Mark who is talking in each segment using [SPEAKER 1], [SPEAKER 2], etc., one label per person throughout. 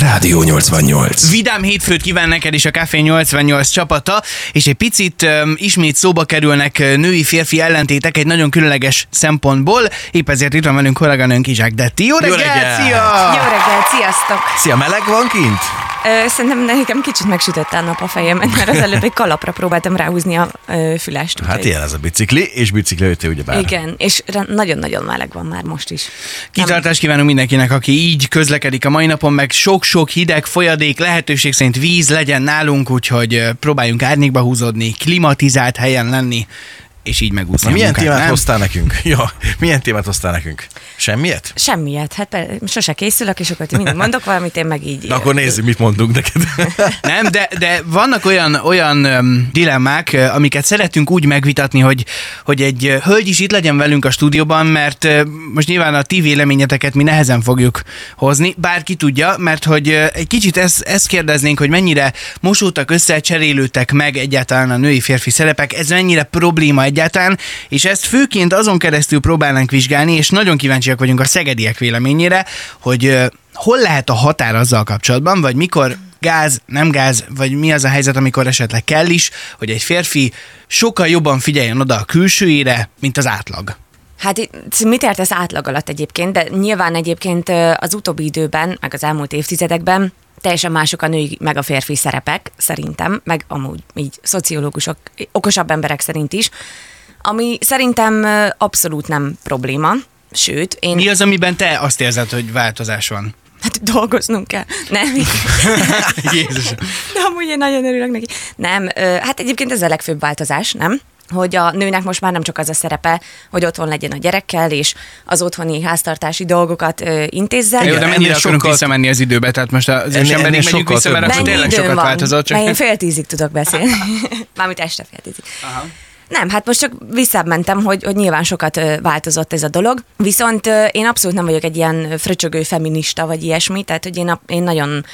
[SPEAKER 1] Rádió 88.
[SPEAKER 2] Vidám hétfőt kíván neked is a Café 88 csapata, és egy picit um, ismét szóba kerülnek ö, női-férfi ellentétek egy nagyon különleges szempontból. Épp ezért itt van velünk kolléganőnk Izsák Detti. Jó reggelt!
[SPEAKER 3] reggelt! Ah.
[SPEAKER 2] Szia!
[SPEAKER 4] Jó reggel, sziasztok!
[SPEAKER 3] Szia, meleg van kint?
[SPEAKER 4] Ö, Szerintem nekem kicsit megsütötte a nap a fejemet, mert az előbb egy kalapra próbáltam ráhúzni a ö, fülest.
[SPEAKER 3] Hát
[SPEAKER 4] úgyhogy-
[SPEAKER 3] ilyen ez a bicikli, és bicikli üti ugye bár.
[SPEAKER 4] Igen, és re- nagyon-nagyon meleg van már most is.
[SPEAKER 2] Kitartást kívánunk mindenkinek, aki így közlekedik a mai napon, meg sok-sok hideg, folyadék, lehetőség szerint víz legyen nálunk, úgyhogy ö, próbáljunk árnyékba húzódni, klimatizált helyen lenni, és így megúszni.
[SPEAKER 3] Na,
[SPEAKER 2] a
[SPEAKER 3] milyen
[SPEAKER 2] munkát,
[SPEAKER 3] témát
[SPEAKER 2] nem?
[SPEAKER 3] hoztál nekünk? Ja, milyen témát hoztál nekünk? Semmiet?
[SPEAKER 4] Semmiet, hát per- sose készülök, és akkor ti mindig mondok valamit, én meg így...
[SPEAKER 3] Na akkor nézzük, mit mondunk neked.
[SPEAKER 2] Nem, de, de vannak olyan, olyan öm, dilemmák, ö, amiket szeretünk úgy megvitatni, hogy, hogy egy ö, hölgy is itt legyen velünk a stúdióban, mert ö, most nyilván a ti véleményeteket mi nehezen fogjuk hozni, bárki tudja, mert hogy ö, egy kicsit ezt, ezt kérdeznénk, hogy mennyire mosódtak össze, cserélődtek meg egyáltalán a női-férfi szerepek, ez mennyire probléma egyáltalán, és ezt főként azon keresztül próbálnánk vizsgálni, és nagyon kíváncsiak vagyunk a szegediek véleményére, hogy ö, hol lehet a határ azzal kapcsolatban, vagy mikor gáz, nem gáz, vagy mi az a helyzet, amikor esetleg kell is, hogy egy férfi sokkal jobban figyeljen oda a külsőjére, mint az átlag.
[SPEAKER 4] Hát itt mit értesz átlag alatt egyébként, de nyilván egyébként ö, az utóbbi időben, meg az elmúlt évtizedekben teljesen mások a női meg a férfi szerepek, szerintem, meg amúgy így szociológusok, okosabb emberek szerint is, ami szerintem ö, abszolút nem probléma, sőt, én...
[SPEAKER 2] Mi az, amiben te azt érzed, hogy változás van?
[SPEAKER 4] Hát dolgoznunk kell. Nem,
[SPEAKER 2] Jézus.
[SPEAKER 4] de amúgy én nagyon örülök neki. Nem, ö, hát egyébként ez a legfőbb változás, nem? hogy a nőnek most már nem csak az a szerepe, hogy otthon legyen a gyerekkel, és az otthoni háztartási dolgokat ö,
[SPEAKER 2] Jó,
[SPEAKER 4] intézze.
[SPEAKER 2] de
[SPEAKER 3] ennél
[SPEAKER 2] mennyire akarunk
[SPEAKER 3] sokkal-
[SPEAKER 2] visszamenni az időbe, tehát most az
[SPEAKER 3] Ennél-
[SPEAKER 2] ősemberig
[SPEAKER 3] ennél
[SPEAKER 2] megyünk
[SPEAKER 3] sokkal
[SPEAKER 2] vissza, mert
[SPEAKER 3] több
[SPEAKER 2] akkor
[SPEAKER 3] van.
[SPEAKER 2] tényleg
[SPEAKER 4] Mennyi időm
[SPEAKER 2] sokat
[SPEAKER 4] van?
[SPEAKER 2] változott.
[SPEAKER 4] Már én
[SPEAKER 2] Csak...
[SPEAKER 4] fél tízig tudok beszélni. Mármint este fél tízig. Nem, hát most csak visszamentem, hogy, hogy nyilván sokat ö, változott ez a dolog, viszont ö, én abszolút nem vagyok egy ilyen fröcsögő feminista vagy ilyesmi, tehát hogy én, a, én nagyon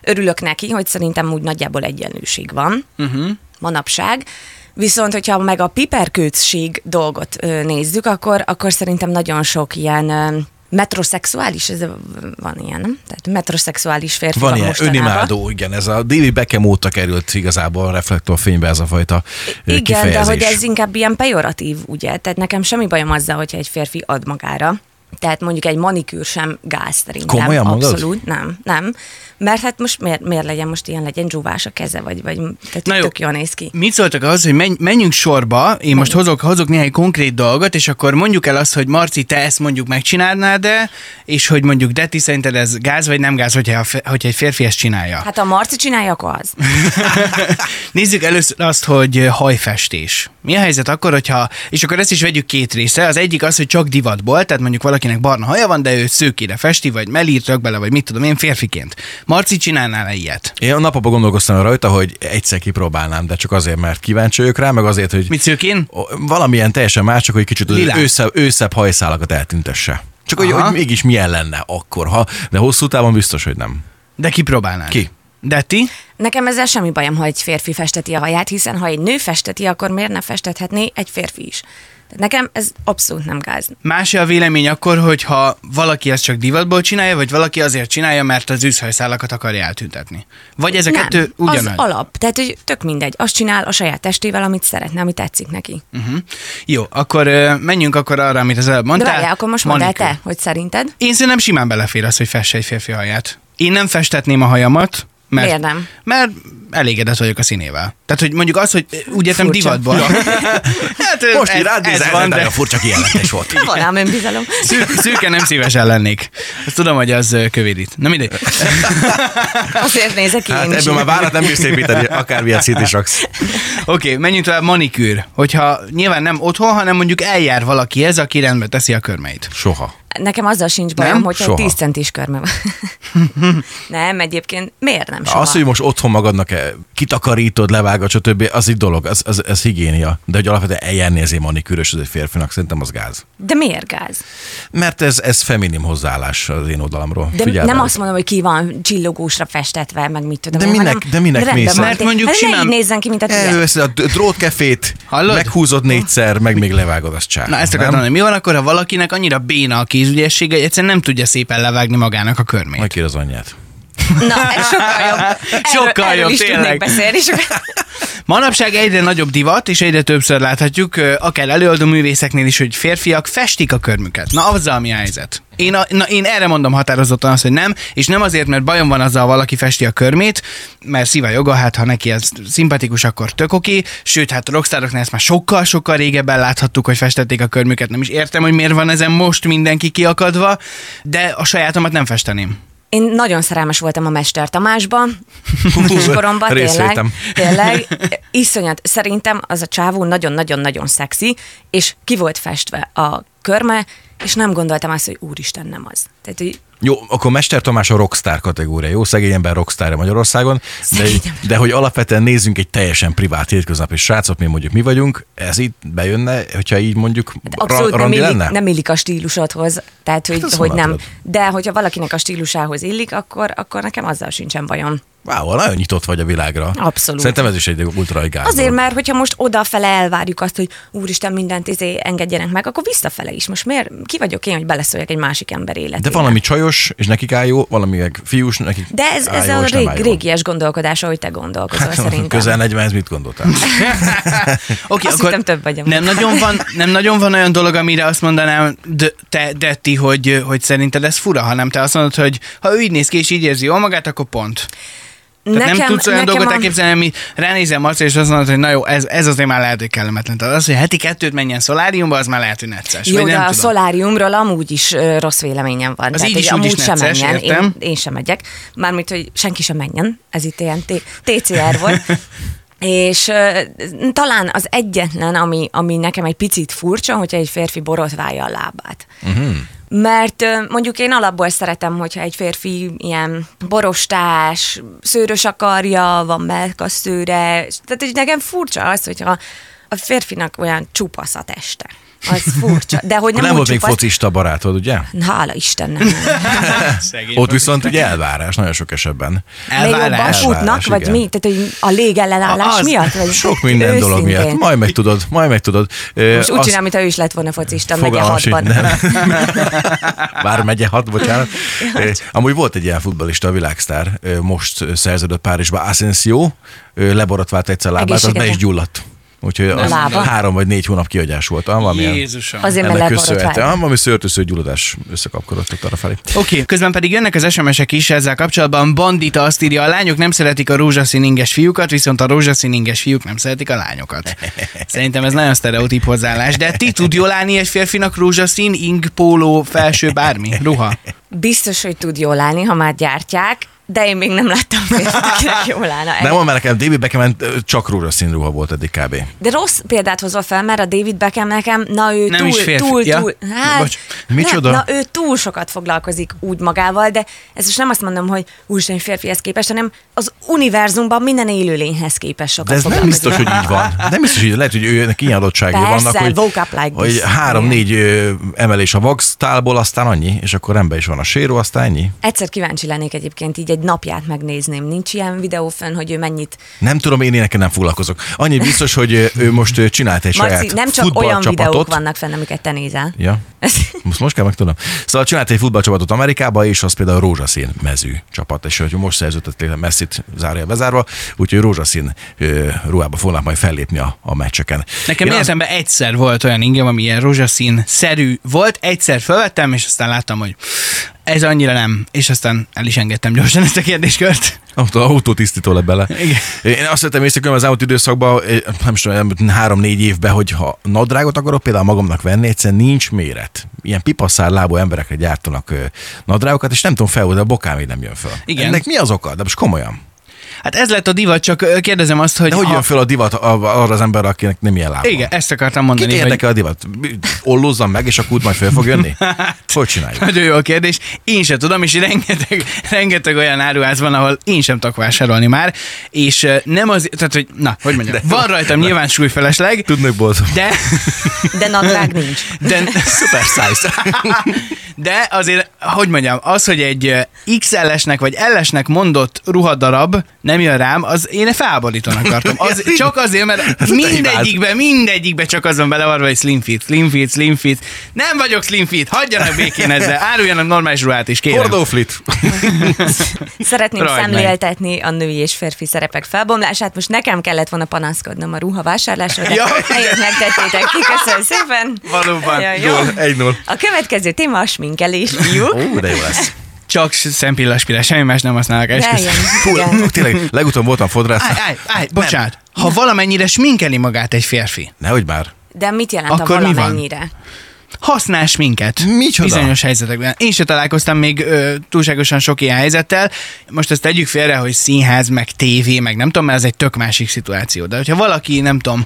[SPEAKER 4] örülök neki, hogy szerintem úgy nagyjából egyenlőség van
[SPEAKER 2] Mhm.
[SPEAKER 4] uh-huh. manapság. Viszont, hogyha meg a piperkőtség dolgot ö, nézzük, akkor, akkor szerintem nagyon sok ilyen ö, metrosexuális, ez a- van ilyen, nem? Tehát metrosexuális férfi van,
[SPEAKER 3] Van ilyen
[SPEAKER 4] mostanában.
[SPEAKER 3] önimádó, igen, ez a David Beckham óta került igazából a reflektorfénybe ez a fajta ö,
[SPEAKER 4] Igen,
[SPEAKER 3] kifejezés.
[SPEAKER 4] de hogy ez inkább ilyen pejoratív, ugye? Tehát nekem semmi bajom azzal, hogyha egy férfi ad magára. Tehát mondjuk egy manikűr sem gáz szerintem.
[SPEAKER 3] Komolyan mondod?
[SPEAKER 4] Abszolút, nem, nem. Mert hát most miért, miért legyen most ilyen, legyen dzsúvás a keze, vagy, vagy tehát
[SPEAKER 2] Na jó.
[SPEAKER 4] tök jól néz ki.
[SPEAKER 2] Mit szóltak az, hogy menj, menjünk sorba, én most hozok, hozok néhány konkrét dolgot, és akkor mondjuk el azt, hogy Marci, te ezt mondjuk megcsinálnád de és hogy mondjuk Detti szerinted ez gáz vagy nem gáz, hogyha, a fe- hogyha egy férfi ezt csinálja.
[SPEAKER 4] Hát ha Marci csinálja, akkor az.
[SPEAKER 2] Nézzük először azt, hogy hajfestés. Mi a helyzet akkor, hogyha, és akkor ezt is vegyük két részre. Az egyik az, hogy csak divatból, tehát mondjuk valakinek barna haja van, de ő szőkére festi, vagy melírt rak bele, vagy mit tudom én, férfiként. Marci csinálnál -e ilyet?
[SPEAKER 3] Én a napokban gondolkoztam rajta, hogy egyszer kipróbálnám, de csak azért, mert kíváncsi vagyok rá, meg azért, hogy
[SPEAKER 2] Mit szőkén?
[SPEAKER 3] Ó, valamilyen teljesen más, csak hogy kicsit az
[SPEAKER 2] Lilás.
[SPEAKER 3] őszebb, őszebb hajszálakat eltüntesse. Csak hogy,
[SPEAKER 2] Aha.
[SPEAKER 3] hogy mégis milyen lenne akkor, ha, de hosszú távon biztos, hogy nem.
[SPEAKER 2] De kipróbálnál.
[SPEAKER 3] Ki?
[SPEAKER 2] Detti?
[SPEAKER 4] Nekem ezzel semmi bajom, ha egy férfi festeti a haját, hiszen ha egy nő festeti, akkor miért ne festethetné egy férfi is? Tehát nekem ez abszolút nem gáz.
[SPEAKER 2] Más -e a vélemény akkor, hogyha valaki ezt csak divatból csinálja, vagy valaki azért csinálja, mert az őszhajszálakat akarja eltüntetni. Vagy ez a kettő
[SPEAKER 4] nem, az
[SPEAKER 2] ugyanaz.
[SPEAKER 4] alap. Tehát, hogy tök mindegy. Azt csinál a saját testével, amit szeretne, amit tetszik neki.
[SPEAKER 2] Uh-huh. Jó, akkor ö, menjünk akkor arra, amit az előbb
[SPEAKER 4] De
[SPEAKER 2] mondtál.
[SPEAKER 4] várjál, akkor most mondd el
[SPEAKER 2] Manikűr.
[SPEAKER 4] te, hogy szerinted?
[SPEAKER 2] Én szerintem simán belefér az, hogy fesse egy férfi haját. Én nem festetném a hajamat, mert,
[SPEAKER 4] Miért nem?
[SPEAKER 2] mert elégedett vagyok a színével. Tehát, hogy mondjuk az, hogy úgy értem
[SPEAKER 4] Furcsa.
[SPEAKER 2] divatból. hát, ö,
[SPEAKER 3] Most így rád nézel,
[SPEAKER 2] van, de
[SPEAKER 3] nagyon furcsa kijelentés volt.
[SPEAKER 4] Van ám önbizalom.
[SPEAKER 2] szűk, szűke nem szívesen lennék. Azt tudom, hogy az ö, kövédít. Na mindegy.
[SPEAKER 4] Azért nézek ki
[SPEAKER 3] Hát
[SPEAKER 4] én is.
[SPEAKER 3] ebből már várat nem bírsz építeni, akármilyen szint is raksz.
[SPEAKER 2] Oké, okay, menjünk tovább. Manikűr. Hogyha nyilván nem otthon, hanem mondjuk eljár valaki ez, aki rendbe teszi a körmeit.
[SPEAKER 3] Soha.
[SPEAKER 4] Nekem azzal sincs bajom,
[SPEAKER 2] Nem?
[SPEAKER 4] hogyha
[SPEAKER 3] Soha.
[SPEAKER 4] egy 10 centis körme van. nem, egyébként miért nem soha?
[SPEAKER 3] Az, hogy most otthon magadnak eh, kitakarítod, levágod, stb., az egy dolog, az, az, az higiénia. De hogy alapvetően eljárnézé manikűrös egy férfinak, szerintem az gáz.
[SPEAKER 4] De miért gáz?
[SPEAKER 3] Mert ez, ez feminim hozzáállás az én oldalamról.
[SPEAKER 4] De
[SPEAKER 3] Figyeld
[SPEAKER 4] nem
[SPEAKER 3] el.
[SPEAKER 4] azt mondom, hogy ki van csillogósra festetve, meg mit tudom.
[SPEAKER 3] De
[SPEAKER 4] én,
[SPEAKER 3] minek-
[SPEAKER 4] hanem-
[SPEAKER 3] de minek
[SPEAKER 4] rendben
[SPEAKER 3] mész
[SPEAKER 4] van.
[SPEAKER 3] el?
[SPEAKER 2] Mert mondjuk
[SPEAKER 4] Hát ne
[SPEAKER 2] simán-
[SPEAKER 4] így nézzen ki, mint a tiéd.
[SPEAKER 3] Előveszed a d- drótkefét,
[SPEAKER 2] Hallod?
[SPEAKER 3] meghúzod négyszer, meg még levágod, az csár.
[SPEAKER 2] Na ezt
[SPEAKER 3] nem?
[SPEAKER 2] akartam mondani. Mi van akkor, ha valakinek annyira béna a kézügyessége, hogy egyszerűen nem tudja szépen levágni magának a körmét?
[SPEAKER 3] Majd kér az anyját.
[SPEAKER 4] Na, ez sokkal jobb. Erről,
[SPEAKER 2] Sokkal
[SPEAKER 4] erről
[SPEAKER 2] jobb,
[SPEAKER 4] is
[SPEAKER 2] tényleg.
[SPEAKER 4] tudnék beszélni. Sokat.
[SPEAKER 2] Manapság egyre nagyobb divat, és egyre többször láthatjuk, ö, akár előadó művészeknél is, hogy férfiak festik a körmüket. Na, azzal mi a helyzet? Én, a, na, én erre mondom határozottan azt, hogy nem, és nem azért, mert bajom van azzal, ha valaki festi a körmét, mert szíva joga, hát ha neki ez szimpatikus, akkor tök oké, sőt, hát a rockstaroknál ezt már sokkal-sokkal régebben láthattuk, hogy festették a körmüket, nem is értem, hogy miért van ezen most mindenki kiakadva, de a sajátomat nem festeném.
[SPEAKER 4] Én nagyon szerelmes voltam a Mester Tamásba, kiskoromban, tényleg,
[SPEAKER 3] részvétem.
[SPEAKER 4] tényleg, iszonyat, szerintem az a csávó nagyon-nagyon-nagyon szexi, és ki volt festve a körme, és nem gondoltam azt, hogy úristen, nem az. Tehát, hogy
[SPEAKER 3] Jó, akkor Mester Tamás a rockstar kategória. Jó, szegény ember rockstar Magyarországon, de,
[SPEAKER 4] Szegény
[SPEAKER 3] de hogy alapvetően nézzünk egy teljesen privát hétköznapi srácot, mi mondjuk mi vagyunk, ez itt bejönne, hogyha így mondjuk ra-
[SPEAKER 4] abszolút nem
[SPEAKER 3] randi
[SPEAKER 4] illik,
[SPEAKER 3] lenne? Hát
[SPEAKER 4] nem illik a stílusodhoz, tehát hogy,
[SPEAKER 3] azt
[SPEAKER 4] hogy
[SPEAKER 3] honnan
[SPEAKER 4] nem.
[SPEAKER 3] tudod?
[SPEAKER 4] De hogyha valakinek a stílusához illik, akkor, akkor nekem azzal sincsen bajom.
[SPEAKER 3] Wow, nagyon nyitott vagy a világra.
[SPEAKER 4] Abszolút.
[SPEAKER 3] Szerintem ez is egy ultraigáz.
[SPEAKER 4] Azért, mert hogyha most odafele elvárjuk azt, hogy úristen, mindent izé engedjenek meg, akkor visszafele is. Most miért ki vagyok én, hogy beleszóljak egy másik ember életébe?
[SPEAKER 3] De valami csajos, és nekik áll jó, valami meg fiús, nekik
[SPEAKER 4] De ez,
[SPEAKER 3] áll
[SPEAKER 4] ez
[SPEAKER 3] jó,
[SPEAKER 4] a
[SPEAKER 3] és nem
[SPEAKER 4] rég,
[SPEAKER 3] áll jó. Hát,
[SPEAKER 4] régies gondolkodás, ahogy te gondolkozol,
[SPEAKER 2] Hát,
[SPEAKER 4] szerintem.
[SPEAKER 3] Közel 40, ez mit gondoltál?
[SPEAKER 2] Oké,
[SPEAKER 4] Azt hittem, több vagy amúgy.
[SPEAKER 2] nem nagyon, van, nem nagyon van olyan dolog, amire azt mondanám, de, te, Detti, hogy, hogy szerinted ez fura, hanem te azt mondod, hogy ha ő így néz ki és így érzi jól magát, akkor pont. Tehát nekem, nem tudsz olyan dolgot a... elképzelni, ami ránézem Marci, és azt mondod, hogy na jó, ez, ez azért már lehet, hogy kellemetlen. Tehát az, hogy heti kettőt menjen szoláriumba, az már lehet, hogy necces.
[SPEAKER 4] Jó,
[SPEAKER 2] vagy
[SPEAKER 4] de
[SPEAKER 2] nem
[SPEAKER 4] a
[SPEAKER 2] tudom.
[SPEAKER 4] szoláriumról amúgy is ö, rossz véleményem van.
[SPEAKER 2] Az így
[SPEAKER 4] hogy
[SPEAKER 2] is, úgy
[SPEAKER 4] amúgy
[SPEAKER 2] is
[SPEAKER 4] sem
[SPEAKER 2] necces,
[SPEAKER 4] menjen,
[SPEAKER 2] értem.
[SPEAKER 4] én, én sem megyek. Mármint, hogy senki sem menjen, ez itt ilyen T- TCR volt. És ö, talán az egyetlen, ami, ami nekem egy picit furcsa, hogyha egy férfi borotválja a lábát. Mert ö, mondjuk én alapból szeretem, hogyha egy férfi ilyen borostás, szőrös akarja, van melkaszőre, és- tehát hogy nekem furcsa az, hogyha a férfinak olyan csupasz a teste. Az furcsa. De hogy
[SPEAKER 3] Nem, nem
[SPEAKER 4] nem, úgy
[SPEAKER 3] volt még
[SPEAKER 4] csupasz,
[SPEAKER 3] focista barátod, ugye?
[SPEAKER 4] Hála Istennek. nem.
[SPEAKER 2] Szegény
[SPEAKER 3] Ott
[SPEAKER 2] vagy.
[SPEAKER 3] viszont ugye elvárás nagyon sok esetben.
[SPEAKER 4] Mert jobban
[SPEAKER 2] Elvárás.
[SPEAKER 3] fut.
[SPEAKER 4] futnak, vagy
[SPEAKER 3] igen.
[SPEAKER 4] mi? Tehát, hogy a légellenállás
[SPEAKER 2] Az-
[SPEAKER 4] miatt? Vagy
[SPEAKER 3] Sok minden
[SPEAKER 4] őszintén.
[SPEAKER 3] dolog miatt. Majd megtudod, majd megtudod. Ö,
[SPEAKER 4] Most úgy
[SPEAKER 3] azt
[SPEAKER 4] csinál, mintha ő is lett volna focista, megye
[SPEAKER 3] fogalmam sincs,
[SPEAKER 4] hatban.
[SPEAKER 3] nem. Bár megye hat, bocsánat. Ö, Amúgy volt egy ilyen futballista, a világsztár, ö, most szerződött Párizsba, Asensio, ö, leborotvált egyszer lábát, az be is
[SPEAKER 4] Egészségedre.
[SPEAKER 3] gyulladt. Úgyhogy az
[SPEAKER 4] Lába?
[SPEAKER 3] három vagy négy hónap kiagyás volt. Ah, valamilyen,
[SPEAKER 2] Jézusom.
[SPEAKER 4] Azért, mert
[SPEAKER 3] ennek
[SPEAKER 4] leborotválják.
[SPEAKER 3] köszönhetően. Ah, valami szőrtősző gyulladás összekapkodott arra felé.
[SPEAKER 2] Oké, okay. közben pedig jönnek az SMS-ek is ezzel kapcsolatban. Bandita azt írja, a lányok nem szeretik a rózsaszín inges fiúkat, viszont a rózsaszín inges fiúk nem szeretik a lányokat. Szerintem ez nagyon sztereotíp hozzáállás, de ti tud jól állni egy férfinak rózsaszín, ing, póló, felső, bármi, ruha?
[SPEAKER 4] Biztos, hogy tud jól állni, ha már gyártják, de én még nem láttam, hogy akinek jól állna.
[SPEAKER 3] Nem, mert nekem David Beckham csak rózsaszín ruha volt eddig kb.
[SPEAKER 4] De rossz példát hozol fel, mert a David Beckham nekem, na ő
[SPEAKER 2] Nem
[SPEAKER 4] túl,
[SPEAKER 2] is férfi,
[SPEAKER 4] túl,
[SPEAKER 2] ja?
[SPEAKER 4] túl, hát,
[SPEAKER 3] Bocs, micsoda?
[SPEAKER 4] Nem, na ő túl sokat foglalkozik úgy magával, de ez most nem azt mondom, hogy úristen férfihez képest, hanem az univerzumban minden élőlényhez képest sokat
[SPEAKER 3] De ez nem
[SPEAKER 4] foglalkozik.
[SPEAKER 3] biztos, hogy így van. Nem biztos, hogy így- lehet, hogy őnek ilyen adottságai
[SPEAKER 4] Persze,
[SPEAKER 3] vannak, hogy,
[SPEAKER 4] woke up like
[SPEAKER 3] hogy
[SPEAKER 4] this.
[SPEAKER 3] három-négy ö, emelés a vaxtálból, aztán annyi, és akkor rendben is van a séró, aztán ennyi.
[SPEAKER 4] Egyszer kíváncsi lennék egyébként, így egy napját megnézném. Nincs ilyen videó fönn, hogy ő mennyit...
[SPEAKER 3] Nem tudom, én ilyenekkel nem foglalkozok. Annyi biztos, hogy ö, ő most ö, csinált egy
[SPEAKER 4] Marci,
[SPEAKER 3] saját
[SPEAKER 4] nem csak olyan videók
[SPEAKER 3] futballcsapatot.
[SPEAKER 4] vannak fenn, amiket te nézel.
[SPEAKER 3] Ja. Most, most kell megtudnom. Szóval csinált egy futballcsapatot Amerikába, és az például rózsaszín mezű csapat, és hogy most szerződtették a messzit zárja bezárva, úgyhogy rózsaszín ö, ruhába fognak majd fellépni a, a meccseken.
[SPEAKER 2] Nekem
[SPEAKER 3] Én azt-
[SPEAKER 2] életemben egyszer volt olyan ingem, ami ilyen rózsaszín-szerű volt, egyszer felvettem, és aztán láttam, hogy ez annyira nem, és aztán el is engedtem gyorsan ezt a kérdéskört.
[SPEAKER 3] Autó, autó tisztító le bele. Igen. Én azt vettem észre különben az elmúlt időszakban, eh, nem is tudom, elmúlt három-négy évben, hogy ha nadrágot akarok például magamnak venni, egyszerűen nincs méret. Ilyen pipaszár lábú emberekre gyártanak ö, nadrágokat, és nem tudom fel, de a bokám még nem jön fel.
[SPEAKER 2] Igen.
[SPEAKER 3] Ennek mi az oka? De most komolyan.
[SPEAKER 2] Hát ez lett a divat, csak ö, kérdezem azt, hogy...
[SPEAKER 3] De hogy
[SPEAKER 2] ha-
[SPEAKER 3] jön fel a divat a- arra az emberre, akinek nem ilyen lába?
[SPEAKER 2] Igen, ezt akartam mondani.
[SPEAKER 3] Kit
[SPEAKER 2] hogy-
[SPEAKER 3] érdekel a divat? Ollózzam meg, és a kút majd fel fog jönni?
[SPEAKER 2] Hát.
[SPEAKER 3] Hogy csináljuk?
[SPEAKER 2] Nagyon jó a kérdés. Én sem tudom, és rengeteg, rengeteg olyan áruház van, ahol én sem tudok vásárolni már, és ö, nem az, tehát, hogy, na, hogy mondjam,
[SPEAKER 3] De-
[SPEAKER 2] van rajtam nyilván súlyfelesleg,
[SPEAKER 3] Tudnak boldog.
[SPEAKER 2] de,
[SPEAKER 4] De nadrág nincs.
[SPEAKER 2] de,
[SPEAKER 3] Szuper size.
[SPEAKER 2] De azért, hogy mondjam, az, hogy egy ö, XL-esnek vagy LS-nek mondott ruhadarab nem jön rám, az én felháborítóan akartam. Az, csak azért, mert mindegyikben, mindegyikben csak az van belevarva, hogy slim fit, slim fit, slim fit. Nem vagyok slim fit, hagyjanak békén ezzel, áruljanak normális ruhát is, kérem.
[SPEAKER 3] Hordóflit.
[SPEAKER 4] Szeretném
[SPEAKER 2] Rajt meg.
[SPEAKER 4] szemléltetni a női és férfi szerepek felbomlását. Most nekem kellett volna panaszkodnom a ruha vásárlásra, de
[SPEAKER 2] Ja.
[SPEAKER 4] helyet megtettétek ki. Köszönöm szépen.
[SPEAKER 2] Valóban.
[SPEAKER 4] Nagyon jó.
[SPEAKER 3] Jól, egy null.
[SPEAKER 4] A következő téma a sminkelés.
[SPEAKER 3] Ó, de jó lesz.
[SPEAKER 2] Csak szempillapspirál, semmi más nem használok.
[SPEAKER 4] Bejön.
[SPEAKER 2] Esküszöm.
[SPEAKER 4] Igen.
[SPEAKER 3] Tényleg, legutóbb voltam fodrász.
[SPEAKER 2] Állj, állj, állj, bocsánat. Ha valamennyire sminkeli magát egy férfi,
[SPEAKER 3] Nehogy már.
[SPEAKER 4] De mit jelent
[SPEAKER 2] Akkor
[SPEAKER 4] Akkor a
[SPEAKER 2] mi van?
[SPEAKER 4] valamennyire?
[SPEAKER 2] használ sminket.
[SPEAKER 3] Micsoda?
[SPEAKER 2] Bizonyos helyzetekben. Én se találkoztam még ö, túlságosan sok ilyen helyzettel. Most ezt tegyük félre, hogy színház, meg tévé, meg nem tudom, mert ez egy tök másik szituáció. De hogyha valaki, nem tudom,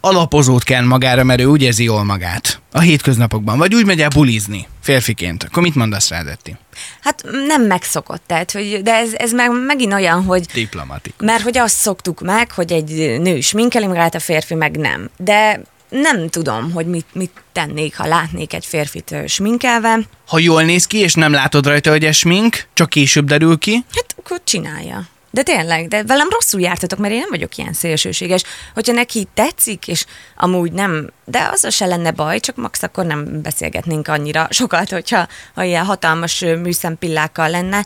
[SPEAKER 2] alapozót kell magára, mert ő úgy érzi jól magát a hétköznapokban, vagy úgy megy el bulizni férfiként, akkor mit mondasz rá, Detti?
[SPEAKER 4] Hát nem megszokott, tehát, hogy, de ez, ez meg, megint olyan, hogy
[SPEAKER 2] Diplomatik.
[SPEAKER 4] Mert hogy azt szoktuk meg, hogy egy nő sminkeli magát, a férfi meg nem. De nem tudom, hogy mit, mit tennék, ha látnék egy férfit ö, sminkelve.
[SPEAKER 2] Ha jól néz ki, és nem látod rajta, hogy ez smink, csak később derül ki,
[SPEAKER 4] Hát akkor csinálja. De tényleg, de velem rosszul jártatok, mert én nem vagyok ilyen szélsőséges. Hogyha neki tetszik, és amúgy nem, de azzal se lenne baj, csak max akkor nem beszélgetnénk annyira sokat, hogyha ha ilyen hatalmas ö, műszempillákkal lenne.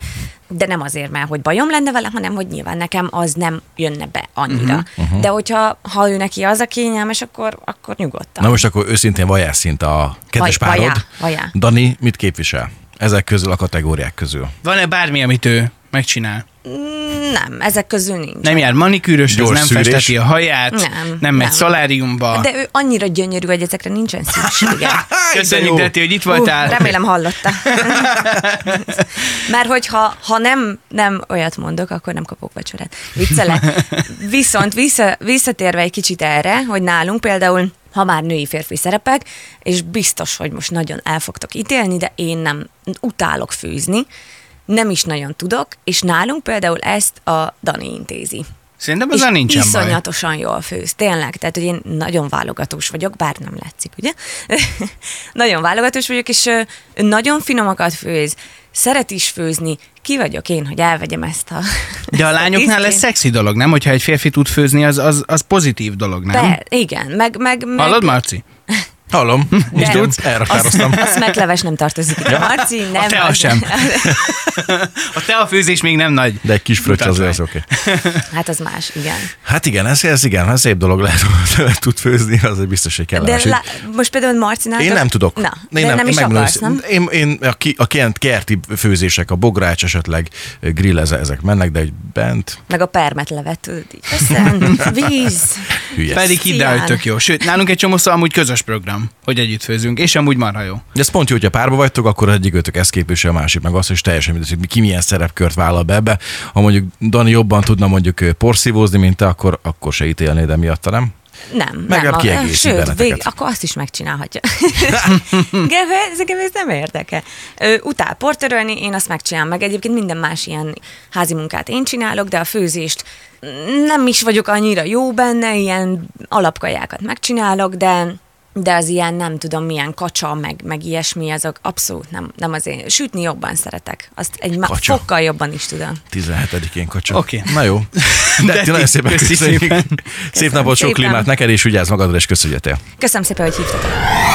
[SPEAKER 4] De nem azért, mert hogy bajom lenne vele, hanem hogy nyilván nekem az nem jönne be annyira. Uh-huh, uh-huh. De hogyha ha ő neki az a kényelmes, akkor, akkor nyugodtan.
[SPEAKER 3] Na most akkor őszintén vajás szint a kedves
[SPEAKER 4] Vaj-
[SPEAKER 3] párod.
[SPEAKER 4] vajá, vajá.
[SPEAKER 3] Dani, mit képvisel? Ezek közül a kategóriák közül.
[SPEAKER 2] van-e bármi, amit ő megcsinál?
[SPEAKER 4] Nem, ezek közül nincs.
[SPEAKER 2] Nem jár manikűrös,
[SPEAKER 3] Gyors
[SPEAKER 2] nem
[SPEAKER 3] szűrés.
[SPEAKER 2] festeti a haját, nem,
[SPEAKER 4] Nem,
[SPEAKER 2] nem megy
[SPEAKER 4] nem.
[SPEAKER 2] szaláriumba.
[SPEAKER 4] De ő annyira gyönyörű, hogy ezekre nincsen szüksége.
[SPEAKER 2] Köszönjük, Deti, hogy itt voltál.
[SPEAKER 4] Hú, remélem hallotta. Mert hogyha ha nem, nem olyat mondok, akkor nem kapok vacsorát. Viccelek. Viszont vissza, visszatérve egy kicsit erre, hogy nálunk például ha már női férfi szerepek, és biztos, hogy most nagyon el fogtok ítélni, de én nem utálok főzni, nem is nagyon tudok, és nálunk például ezt a Dani intézi.
[SPEAKER 2] Szerintem ezzel
[SPEAKER 4] És
[SPEAKER 2] nincsen baj.
[SPEAKER 4] iszonyatosan jól főz, tényleg. Tehát, hogy én nagyon válogatós vagyok, bár nem látszik, ugye? nagyon válogatós vagyok, és ö, nagyon finomakat főz, szeret is főzni. Ki vagyok én, hogy elvegyem ezt a...
[SPEAKER 2] De a
[SPEAKER 4] ezt
[SPEAKER 2] lányoknál ez
[SPEAKER 4] tisztként?
[SPEAKER 2] szexi dolog, nem? Hogyha egy férfi tud főzni, az, az, az pozitív dolog, nem?
[SPEAKER 4] Be, igen, meg... meg, meg
[SPEAKER 2] Hallod, Marci?
[SPEAKER 3] Hallom. És
[SPEAKER 4] De-
[SPEAKER 3] tudsz?
[SPEAKER 4] azt,
[SPEAKER 3] Elraktároztam.
[SPEAKER 4] azt megleves nem tartozik ide. Marci, nem.
[SPEAKER 2] A te az sem. A te a főzés még nem nagy.
[SPEAKER 3] De egy kis fröccs
[SPEAKER 2] Mutasd
[SPEAKER 3] azért
[SPEAKER 2] meg.
[SPEAKER 3] az oké.
[SPEAKER 4] Hát az más, igen.
[SPEAKER 3] Hát igen, ez, ez igen, ez szép dolog lehet, hogy tud főzni, az egy biztos, hogy
[SPEAKER 4] De
[SPEAKER 3] kellemes.
[SPEAKER 4] lá, most például Marcinál...
[SPEAKER 3] Én nem tudok.
[SPEAKER 4] Hát Na,
[SPEAKER 3] én
[SPEAKER 4] de nem, nem
[SPEAKER 3] én
[SPEAKER 4] is
[SPEAKER 3] megmondom
[SPEAKER 4] akarsz, nem?
[SPEAKER 3] őszintén. Én, én a, ki, a kent- kerti főzések, a bogrács esetleg, eh, grill, eze- ezek mennek, de egy bent,
[SPEAKER 4] Meg a permet levet, tudod így. Összen, víz.
[SPEAKER 3] hülye.
[SPEAKER 2] Pedig hidd el, hogy
[SPEAKER 4] Szíján.
[SPEAKER 2] tök jó. Sőt, nálunk egy csomószor amúgy közös program, hogy együtt főzünk, és amúgy marha jó.
[SPEAKER 3] De ez pont jó, hogyha párba vagytok, akkor az egyik őtök ezt képvisel, a másik meg azt, és teljesen mindegy, hogy ki milyen szerepkört vállal be ebbe. Ha mondjuk Dani jobban tudna mondjuk ö, porszívózni, mint te, akkor, akkor se ítélnéd emiatt, nem?
[SPEAKER 4] Nem,
[SPEAKER 3] Meglep
[SPEAKER 4] nem.
[SPEAKER 3] kiegészít
[SPEAKER 4] sőt,
[SPEAKER 3] benneteket.
[SPEAKER 4] akkor azt is megcsinálhatja. Gebe, ez engem ez nem érdekel. Ö, utál portörölni, én azt megcsinálom meg. Egyébként minden más ilyen házi munkát én csinálok, de a főzést nem is vagyok annyira jó benne, ilyen alapkajákat megcsinálok, de de az ilyen nem tudom milyen kacsa, meg, meg ilyesmi, azok abszolút nem, nem az én. Sütni jobban szeretek. Azt egy ma-
[SPEAKER 3] Kacsa.
[SPEAKER 4] fokkal jobban is tudom.
[SPEAKER 3] 17-én kacsa.
[SPEAKER 2] Oké.
[SPEAKER 3] Na jó. De,
[SPEAKER 2] Deti,
[SPEAKER 3] ti nagyon szépen
[SPEAKER 2] köszi
[SPEAKER 3] köszönjük.
[SPEAKER 2] szépen.
[SPEAKER 3] Szép napot, sok
[SPEAKER 4] szépen.
[SPEAKER 3] klímát neked, és vigyázz magadra, és köszönjetek.
[SPEAKER 4] Köszönöm szépen, hogy hívtatok.